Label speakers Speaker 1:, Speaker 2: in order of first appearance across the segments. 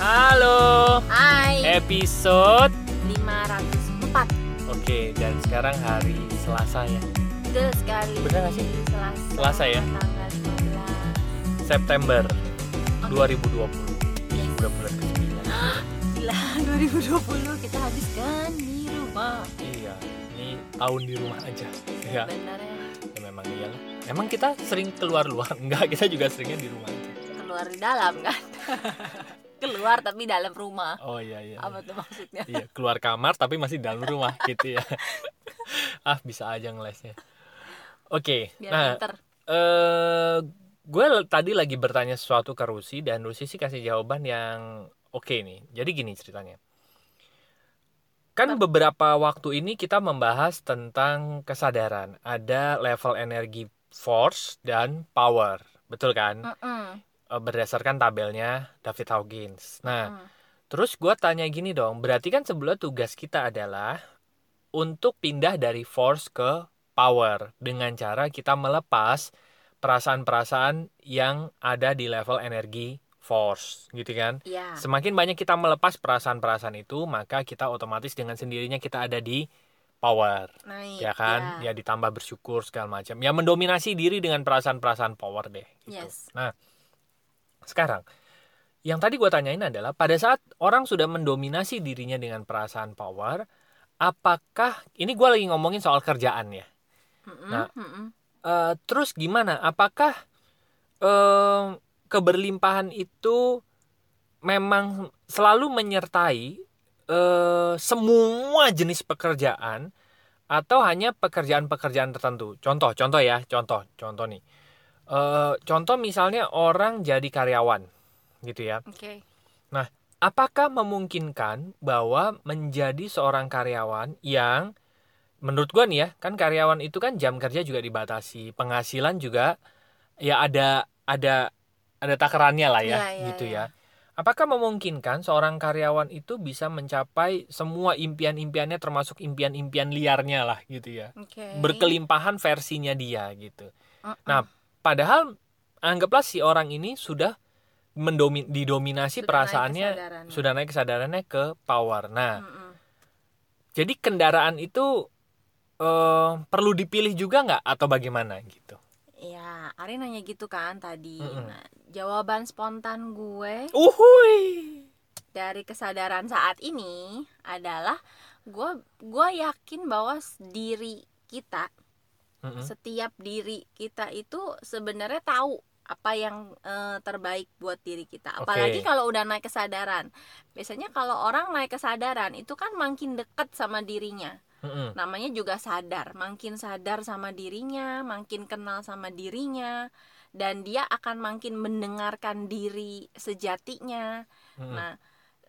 Speaker 1: Halo,
Speaker 2: Hai
Speaker 1: Eh. episode
Speaker 2: 504
Speaker 1: Oke, dan sekarang hari Selasa ya
Speaker 2: Betul sekali
Speaker 1: Bener nggak sih?
Speaker 2: Selasa
Speaker 1: Selasa ya?
Speaker 2: Tanggal
Speaker 1: September
Speaker 2: 15 Oke,
Speaker 1: 2020
Speaker 2: yes.
Speaker 1: Udah bulan ke-9
Speaker 2: Gila, 2020 kita habiskan di rumah
Speaker 1: Iya, ini tahun di rumah aja Ya,
Speaker 2: Benar ya
Speaker 1: ya memang iya lah. Emang kita sering keluar luar? Enggak, kita juga seringnya di rumah aja
Speaker 2: Keluar di dalam kan? Keluar tapi dalam rumah
Speaker 1: Oh iya, iya
Speaker 2: Apa tuh maksudnya?
Speaker 1: Iya, keluar kamar tapi masih dalam rumah gitu ya Ah, bisa aja ngelesnya Oke,
Speaker 2: Biar
Speaker 1: nah
Speaker 2: pinter
Speaker 1: eh gue l- tadi lagi bertanya sesuatu ke Rusi dan Rusi sih kasih jawaban yang oke nih. Jadi gini ceritanya. Kan beberapa waktu ini kita membahas tentang kesadaran. Ada level energi force dan power. Betul kan?
Speaker 2: Mm-mm.
Speaker 1: Eh, Berdasarkan tabelnya David Hawkins. Nah,
Speaker 2: Mm.
Speaker 1: Terus gue tanya gini dong, berarti kan sebelah tugas kita adalah untuk pindah dari force ke power dengan cara kita melepas perasaan-perasaan yang ada di level energi force gitu kan.
Speaker 2: Iya
Speaker 1: Semakin banyak kita melepas perasaan-perasaan itu, maka kita otomatis dengan sendirinya kita ada di power,
Speaker 2: Naik
Speaker 1: ya kan? Ya
Speaker 2: Iya.
Speaker 1: ditambah bersyukur segala macam. Ya mendominasi diri dengan perasaan-perasaan power deh gitu.
Speaker 2: Yes.
Speaker 1: Nah, sekarang yang tadi gue tanyain adalah pada saat orang sudah mendominasi dirinya dengan perasaan power apakah ini gue lagi ngomongin soal kerjaan ya
Speaker 2: Mm-mm,
Speaker 1: Nah.
Speaker 2: mm-mm.
Speaker 1: Eh, terus gimana apakah eh, keberlimpahan itu memang selalu menyertai eh, semua jenis pekerjaan atau hanya pekerjaan-pekerjaan tertentu contoh contoh ya contoh contoh nih Eh, contoh misalnya orang jadi karyawan gitu ya
Speaker 2: Oke
Speaker 1: apakah memungkinkan bahwa menjadi seorang karyawan yang menurut gua nih ya kan karyawan itu kan jam kerja juga dibatasi penghasilan juga ya ada ada ada takarannya lah ya
Speaker 2: Iya, iya,
Speaker 1: gitu
Speaker 2: iya.
Speaker 1: ya apakah memungkinkan seorang karyawan itu bisa mencapai semua impian-impiannya termasuk impian-impian liarnya lah gitu ya
Speaker 2: Oke
Speaker 1: berkelimpahan versinya dia gitu
Speaker 2: Mm-mm.
Speaker 1: Nah, Padahal anggaplah si orang ini sudah mendomi didominasi
Speaker 2: Sudah naik
Speaker 1: perasaannya
Speaker 2: kesadarannya.
Speaker 1: sudah naik kesadarannya ke power. Nah,
Speaker 2: Mm-mm.
Speaker 1: jadi kendaraan itu eh, perlu dipilih juga nggak atau bagaimana gitu?
Speaker 2: Ya, Ari nanya gitu kan tadi.
Speaker 1: Mm-mm.
Speaker 2: Nah, jawaban spontan gue
Speaker 1: Uhui.
Speaker 2: dari kesadaran saat ini adalah gue gua yakin bahwa s- diri kita,
Speaker 1: Mm-mm.
Speaker 2: setiap diri kita itu sebenarnya tahu apa yang eh, terbaik buat diri kita.
Speaker 1: Oke.
Speaker 2: Apalagi kalau udah naik kesadaran. Biasanya kalau orang naik kesadaran itu kan makin dekat sama dirinya
Speaker 1: Mm-mm.
Speaker 2: namanya juga sadar makin sadar sama dirinya makin kenal sama dirinya dan dia akan makin mendengarkan diri sejatinya
Speaker 1: Mm-mm.
Speaker 2: nah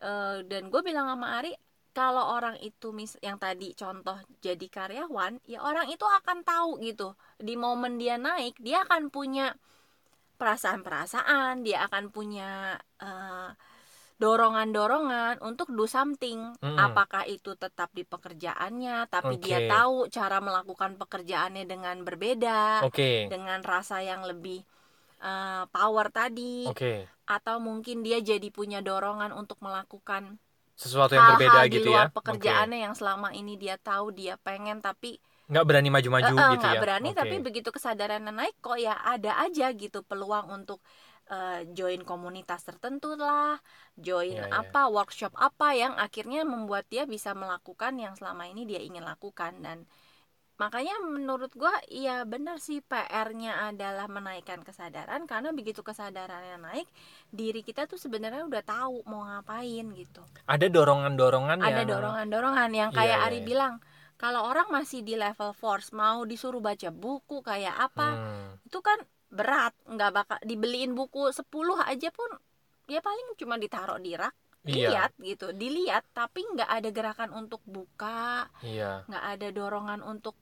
Speaker 2: eh, dan gue bilang sama Ari kalau orang itu mis yang tadi contoh jadi karyawan ya orang itu akan tahu gitu di momen dia naik dia akan punya perasaan-perasaan dia akan punya eh, dorongan-dorongan untuk do something.
Speaker 1: Mm-mm.
Speaker 2: Apakah itu tetap di pekerjaannya, tapi dia
Speaker 1: Hmm. Oke.
Speaker 2: tahu cara melakukan pekerjaannya dengan berbeda,
Speaker 1: Oke.
Speaker 2: dengan rasa yang lebih eh, power tadi,
Speaker 1: Oke.
Speaker 2: atau mungkin dia jadi punya dorongan untuk melakukan
Speaker 1: Sesuatu yang berbeda
Speaker 2: hal-hal di
Speaker 1: gitu
Speaker 2: luar
Speaker 1: ya. Oke.
Speaker 2: pekerjaannya yang selama ini dia tahu dia pengen tapi
Speaker 1: Nggak berani maju-maju
Speaker 2: Eh, eh,
Speaker 1: gitu
Speaker 2: nggak
Speaker 1: ya.
Speaker 2: berani
Speaker 1: Oke.
Speaker 2: tapi begitu kesadarannya naik kok ya ada aja gitu peluang untuk eh, join komunitas tertentu lah join
Speaker 1: Iya, iya.
Speaker 2: apa workshop apa yang akhirnya membuat dia bisa melakukan yang selama ini dia ingin lakukan dan makanya menurut gua ya benar sih PR-nya adalah menaikkan kesadaran karena begitu kesadarannya naik diri kita tuh sebenarnya udah tahu mau ngapain gitu
Speaker 1: Ada dorongan-dorongan
Speaker 2: ada
Speaker 1: yang
Speaker 2: dorongan-dorongan yang
Speaker 1: nah. Iya,
Speaker 2: kayak
Speaker 1: iya,
Speaker 2: Ari
Speaker 1: iya.
Speaker 2: bilang kalau orang masih di level force mau disuruh baca buku kayak apa
Speaker 1: Hmm.
Speaker 2: itu kan berat nggak bakal dibeliin buku 10 aja pun ya paling cuma ditaruh di rak
Speaker 1: Iya.
Speaker 2: lihat gitu dilihat tapi nggak ada gerakan untuk buka
Speaker 1: Iya.
Speaker 2: nggak ada dorongan untuk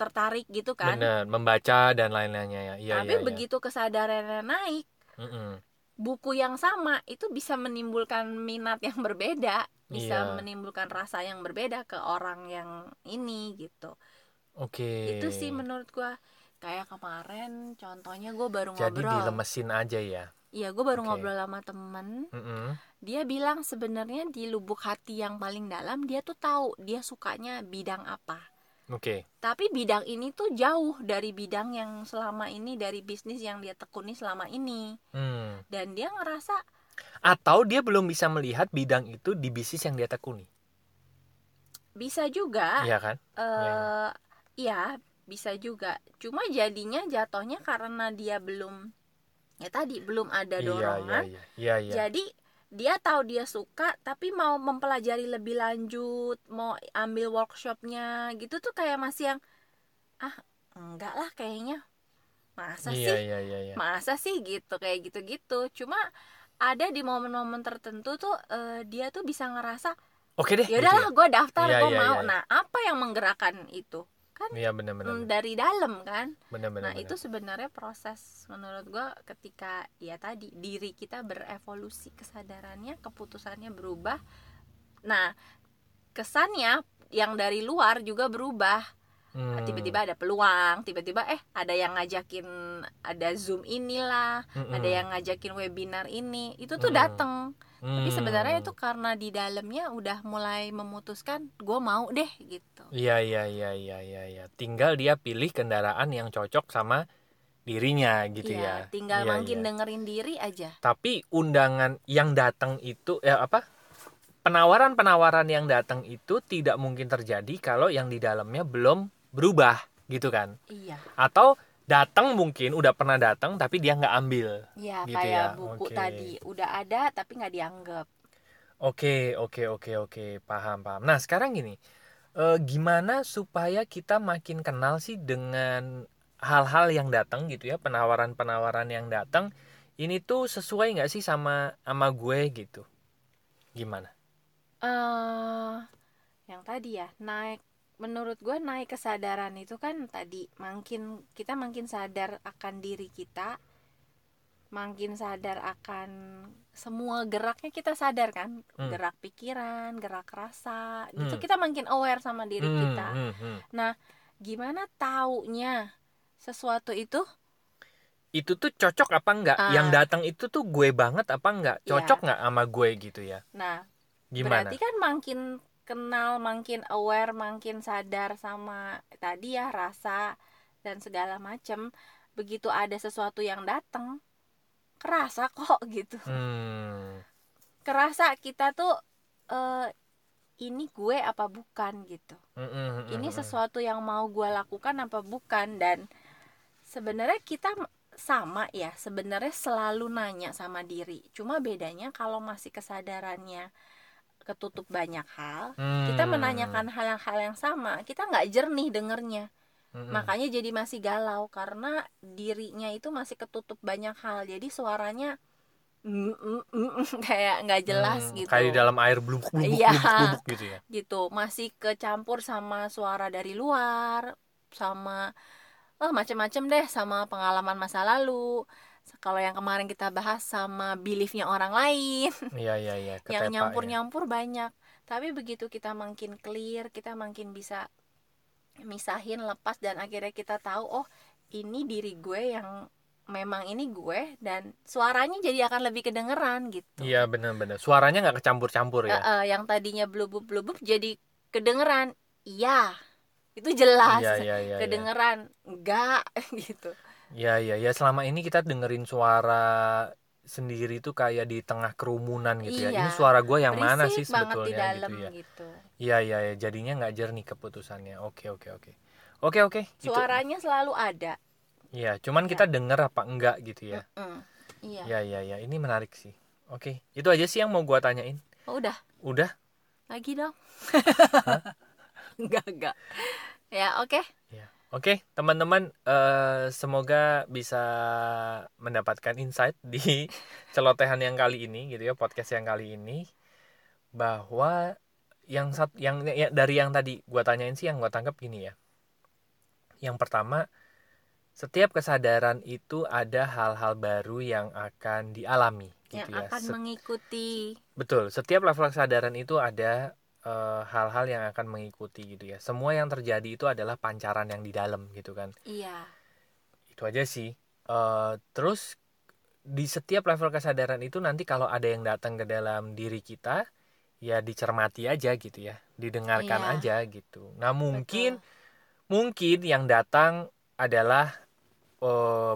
Speaker 2: tertarik gitu kan
Speaker 1: Bener. Membaca dan lain-lainnya ya. Iya,
Speaker 2: tapi
Speaker 1: iya, iya.
Speaker 2: begitu kesadarannya naik
Speaker 1: Mm-mm.
Speaker 2: buku yang sama itu bisa menimbulkan minat yang berbeda, bisa
Speaker 1: Iya.
Speaker 2: menimbulkan rasa yang berbeda ke orang yang ini gitu.
Speaker 1: Oke.
Speaker 2: Itu sih menurut gua kayak kemarin contohnya gue baru
Speaker 1: Jadi
Speaker 2: ngobrol.
Speaker 1: dilemesin aja ya.
Speaker 2: Iya, gue baru
Speaker 1: Oke.
Speaker 2: ngobrol sama temen
Speaker 1: Mm-mm.
Speaker 2: dia bilang sebenarnya di lubuk hati yang paling dalam dia tuh tahu dia sukanya bidang apa
Speaker 1: Oke.
Speaker 2: tapi bidang ini tuh jauh dari bidang yang selama ini dari bisnis yang dia tekuni selama ini
Speaker 1: Hmm.
Speaker 2: dan dia ngerasa
Speaker 1: Atau dia belum bisa melihat bidang itu di bisnis yang dia tekuni.
Speaker 2: bisa juga
Speaker 1: Iya kan?
Speaker 2: eh iya bisa juga cuma jadinya jatuhnya karena dia belum ya tadi belum
Speaker 1: Iya,
Speaker 2: ada Ya,
Speaker 1: iya,
Speaker 2: dorongan
Speaker 1: iya. Iya, iya.
Speaker 2: jadi dia tahu dia suka tapi mau mempelajari lebih lanjut mau ambil workshopnya gitu tuh kayak masih yang ah enggak lah kayaknya masa
Speaker 1: Iya,
Speaker 2: sih
Speaker 1: iya, iya, iya.
Speaker 2: masa sih gitu kayak gitu-gitu cuma ada di momen-momen tertentu tuh eh, dia tuh bisa ngerasa
Speaker 1: Oke deh.
Speaker 2: ya
Speaker 1: gitu
Speaker 2: udahlah gue daftar
Speaker 1: Iya,
Speaker 2: gue
Speaker 1: iya,
Speaker 2: mau
Speaker 1: iya.
Speaker 2: nah apa yang menggerakkan itu
Speaker 1: ya. Iya, benar benar.
Speaker 2: Hmm, dari dalam kan
Speaker 1: Benar benar.
Speaker 2: nah itu sebenarnya proses menurut gue ketika ya tadi diri kita berevolusi kesadarannya keputusannya berubah nah kesannya yang dari luar juga berubah
Speaker 1: Hmm.
Speaker 2: Ah, tiba-tiba ada peluang, tiba-tiba eh ada yang ngajakin ada Zoom inilah,
Speaker 1: Mm-mm.
Speaker 2: ada yang ngajakin webinar ini. Itu tuh
Speaker 1: Hmm.
Speaker 2: dateng
Speaker 1: Hmm.
Speaker 2: Tapi sebenarnya itu karena di dalamnya udah mulai memutuskan gue mau deh gitu.
Speaker 1: Iya, iya, iya, iya, iya, iya. Tinggal dia pilih kendaraan yang cocok sama dirinya gitu ya.
Speaker 2: Iya,
Speaker 1: Iya,
Speaker 2: tinggal makin
Speaker 1: iya.
Speaker 2: dengerin diri aja.
Speaker 1: Tapi undangan yang datang itu ya apa? Penawaran-penawaran yang datang itu tidak mungkin terjadi kalau yang di dalamnya belum berubah gitu kan.
Speaker 2: Iya.
Speaker 1: Atau datang mungkin udah pernah datang tapi dia nggak ambil.
Speaker 2: Iya,
Speaker 1: Gitu ya,
Speaker 2: kayak buku
Speaker 1: oke.
Speaker 2: tadi udah ada tapi nggak dianggap.
Speaker 1: Oke, oke, oke, oke, paham, paham. Nah, sekarang gini, eh, gimana supaya kita makin kenal sih dengan hal-hal yang datang gitu ya, penawaran-penawaran yang datang, ini tuh sesuai nggak sih sama sama gue gitu? Gimana?
Speaker 2: eh yang tadi ya naik menurut gue naik kesadaran itu kan tadi makin kita makin sadar akan diri kita makin sadar akan semua geraknya kita sadar kan
Speaker 1: Hmm.
Speaker 2: gerak pikiran gerak rasa gitu
Speaker 1: Hmm.
Speaker 2: kita makin aware sama diri
Speaker 1: Hmm,
Speaker 2: kita
Speaker 1: hmm, hmm.
Speaker 2: gimana taunya sesuatu itu
Speaker 1: Itu tuh cocok apa nggak?
Speaker 2: Ah.
Speaker 1: Yang datang itu tuh gue banget apa nggak?
Speaker 2: Iya.
Speaker 1: Cocok nggak sama gue gitu ya?
Speaker 2: nah
Speaker 1: Gimana?
Speaker 2: berarti kan makin kenal makin aware makin sadar sama tadi ya rasa dan segala macem begitu ada sesuatu yang datang kerasa kok gitu
Speaker 1: Hmm,
Speaker 2: kerasa kita tuh eh, ini gue apa bukan gitu
Speaker 1: hmm, hmm, hmm, hmm.
Speaker 2: ini sesuatu yang mau gue lakukan apa bukan dan sebenarnya kita m- sama ya sebenarnya selalu nanya sama diri cuma bedanya kalau masih kesadarannya ketutup banyak hal
Speaker 1: Hmm.
Speaker 2: kita menanyakan hal-hal yang sama kita nggak jernih dengernya
Speaker 1: Hmm, hmm.
Speaker 2: makanya jadi masih galau karena dirinya itu masih ketutup banyak hal jadi suaranya mm, mm, mm, mm, kayak nggak jelas
Speaker 1: Hmm,
Speaker 2: gitu
Speaker 1: Kayak di dalam air blubuk blubuk
Speaker 2: Iya.
Speaker 1: blubuk blubuk gitu ya.
Speaker 2: gitu masih kecampur sama suara dari luar sama oh macem-macem deh sama pengalaman masa lalu kalau yang kemarin kita bahas sama beliefnya orang lain
Speaker 1: Iya iya iya. ketepak
Speaker 2: yang nyampur
Speaker 1: ya.
Speaker 2: nyampur banyak tapi begitu kita makin clear kita makin bisa misahin lepas dan akhirnya kita tahu oh ini diri gue yang memang ini gue dan suaranya jadi akan lebih kedengeran gitu
Speaker 1: Iya benar-benar. Suaranya nggak kecampur-campur ya.
Speaker 2: Eh, eh, yang tadinya blubub blubub jadi kedengeran iya itu jelas
Speaker 1: Iya iya iya. iya.
Speaker 2: kedengeran enggak gitu
Speaker 1: Iya iya iya. Selama ini kita dengerin suara sendiri tuh kayak di tengah kerumunan gitu ya.
Speaker 2: Iya.
Speaker 1: Ini suara gue yang mana sih
Speaker 2: berisik banget di
Speaker 1: sebetulnya
Speaker 2: dalam
Speaker 1: gitu ya.
Speaker 2: gitu
Speaker 1: Iya iya iya. Jadinya nggak jernih keputusannya. Oke oke oke. Oke oke. Itu.
Speaker 2: suaranya selalu ada
Speaker 1: Iya. Cuman kita denger apa enggak gitu ya.
Speaker 2: Mm-mm. iya
Speaker 1: Iya iya iya. Ini menarik sih. Oke. Itu aja sih yang mau gua tanyain.
Speaker 2: Oh, udah
Speaker 1: Udah.
Speaker 2: lagi dong enggak enggak ya oke
Speaker 1: Oke, teman-teman, eh, semoga bisa mendapatkan insight di celotehan yang kali ini, gitu ya, podcast yang kali ini, bahwa yang sat, yang ya, dari yang tadi gua tanyain sih, yang gua tangkap gini ya. Yang pertama, setiap kesadaran itu ada hal-hal baru yang akan dialami,
Speaker 2: yang
Speaker 1: gitu ya.
Speaker 2: akan
Speaker 1: Set-
Speaker 2: mengikuti
Speaker 1: Betul, setiap level kesadaran itu ada eh, hal-hal yang akan mengikuti, gitu ya. Semua yang terjadi itu adalah pancaran yang di dalam, gitu kan
Speaker 2: iya
Speaker 1: itu aja sih Eh, terus di setiap level kesadaran itu nanti kalau ada yang datang ke dalam diri kita ya dicermati aja gitu ya didengarkan
Speaker 2: Iya.
Speaker 1: aja gitu nah mungkin mungkin yang datang adalah eh,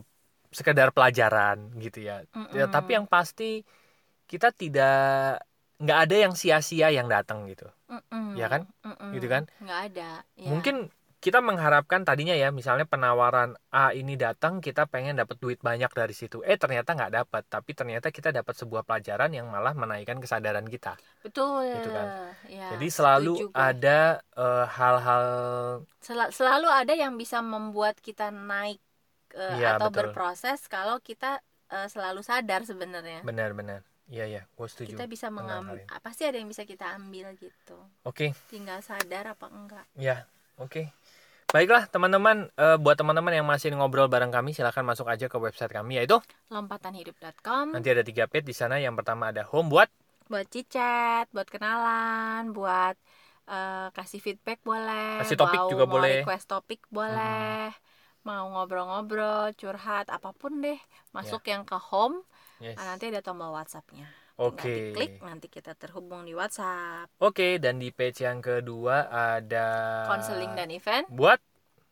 Speaker 1: sekedar pelajaran gitu ya Ya,
Speaker 2: Hmm.
Speaker 1: tapi yang pasti kita tidak nggak ada yang sia-sia yang datang gitu ya kan? Gitu kan?
Speaker 2: nggak ada ya.
Speaker 1: mungkin kita mengharapkan tadinya ya misalnya penawaran A ini datang kita pengen dapat duit banyak dari situ eh ternyata nggak dapat tapi ternyata kita dapat sebuah pelajaran yang malah menaikkan kesadaran kita
Speaker 2: betul
Speaker 1: gitu kan.
Speaker 2: ya,
Speaker 1: jadi selalu
Speaker 2: setuju Ya. gue.
Speaker 1: ada eh, hal-hal
Speaker 2: Sel- selalu ada yang bisa membuat kita naik eh,
Speaker 1: Iya,
Speaker 2: atau
Speaker 1: betul.
Speaker 2: berproses kalau kita eh, selalu sadar sebenarnya
Speaker 1: benar-benar iya iya gue setuju
Speaker 2: kita bisa
Speaker 1: dengan hal
Speaker 2: mengambil pasti ada yang bisa kita ambil gitu
Speaker 1: oke
Speaker 2: tinggal sadar apa enggak
Speaker 1: Ya, oke. Baiklah teman-teman, Eh, buat teman-teman yang masih ngobrol bareng kami silahkan masuk aja ke website kami yaitu
Speaker 2: Hmm. lompatanhidup.com
Speaker 1: nanti ada tiga page di sana. Yang pertama ada home buat
Speaker 2: buat cicat buat kenalan buat eh, kasih feedback boleh
Speaker 1: Kasih topik
Speaker 2: mau,
Speaker 1: juga
Speaker 2: mau
Speaker 1: boleh. Hmm.
Speaker 2: request topik boleh mau ngobrol-ngobrol curhat apapun deh masuk yang ke home
Speaker 1: Ya. Yes.
Speaker 2: nah, nanti ada tombol WhatsAppnya
Speaker 1: Oke.
Speaker 2: Tinggal diklik nanti kita terhubung di WhatsApp
Speaker 1: Oke, dan di page yang kedua ada
Speaker 2: konseling dan event
Speaker 1: buat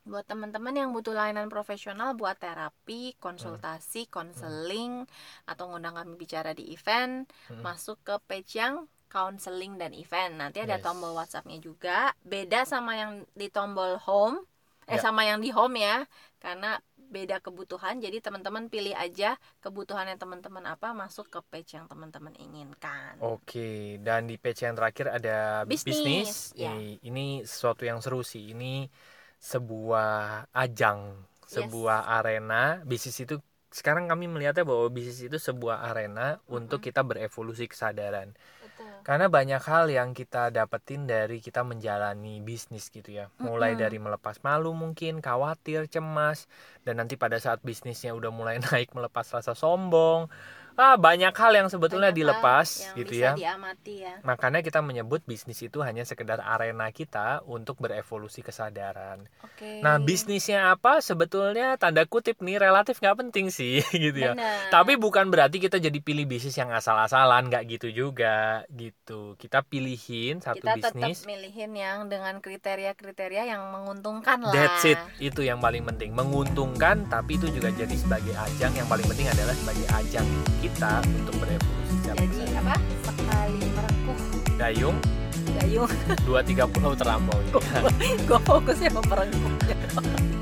Speaker 2: buat teman-teman yang butuh layanan profesional buat terapi
Speaker 1: Hmm.
Speaker 2: konsultasi konseling atau ngundang kami bicara di event
Speaker 1: Hmm.
Speaker 2: masuk ke page yang counseling dan event nanti ada
Speaker 1: Yes.
Speaker 2: tombol WhatsAppnya juga beda sama yang di tombol home eh
Speaker 1: Ya.
Speaker 2: sama yang di home ya karena beda kebutuhan jadi teman-teman pilih aja kebutuhannya teman-teman apa masuk ke page yang teman-teman inginkan
Speaker 1: Oh. Oke, dan di page yang terakhir ada
Speaker 2: Bisnis,
Speaker 1: bisnis.
Speaker 2: ya.
Speaker 1: Ini, ini sesuatu yang seru sih. Ini sebuah ajang, sebuah arena. Bisnis itu sekarang kami melihatnya bahwa bisnis itu sebuah arena untuk
Speaker 2: Mm-mm.
Speaker 1: kita berevolusi kesadaran.
Speaker 2: betul
Speaker 1: Karena banyak hal yang kita dapetin dari kita menjalani bisnis gitu ya. Mulai
Speaker 2: Mm-mm.
Speaker 1: dari melepas malu mungkin, khawatir, cemas, dan nanti pada saat bisnisnya udah mulai naik melepas rasa sombong. Ah, banyak hal yang sebetulnya
Speaker 2: Banyak hal
Speaker 1: dilepas
Speaker 2: yang
Speaker 1: gitu ya.
Speaker 2: bisa diamati ya
Speaker 1: Makanya kita menyebut bisnis itu hanya sekedar arena kita untuk berevolusi kesadaran.
Speaker 2: oke
Speaker 1: Nah, bisnisnya apa sebetulnya tanda kutip nih relatif nggak penting sih gitu ya.
Speaker 2: Benar.
Speaker 1: Tapi bukan berarti kita jadi pilih bisnis yang asal-asalan, nggak gitu juga gitu. Kita pilihin satu
Speaker 2: kita tetap
Speaker 1: bisnis.
Speaker 2: milihin yang dengan kriteria-kriteria yang menguntungkan lah.
Speaker 1: That's it, itu yang paling penting. Menguntungkan, tapi itu juga jadi sebagai ajang. Yang paling penting adalah sebagai ajang kita untuk berevolusi. Siapa
Speaker 2: Jadi
Speaker 1: saya?
Speaker 2: ya. apa? Sekali merekuh
Speaker 1: Dayung,
Speaker 2: dayung,
Speaker 1: dua tiga oh, pulau terlampaui.
Speaker 2: gue fokusnya mau merengkuh.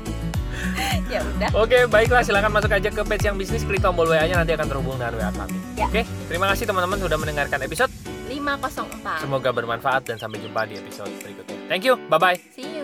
Speaker 2: ya udah,
Speaker 1: Oke, baiklah silakan masuk aja ke page yang bisnis, klik tombol WA-nya nanti akan terhubung dengan WA kami.
Speaker 2: Ya.
Speaker 1: Oke, terima kasih teman-teman sudah mendengarkan episode.
Speaker 2: 504.
Speaker 1: Semoga bermanfaat dan sampai jumpa di episode berikutnya. Thank you, bye-bye.
Speaker 2: See you.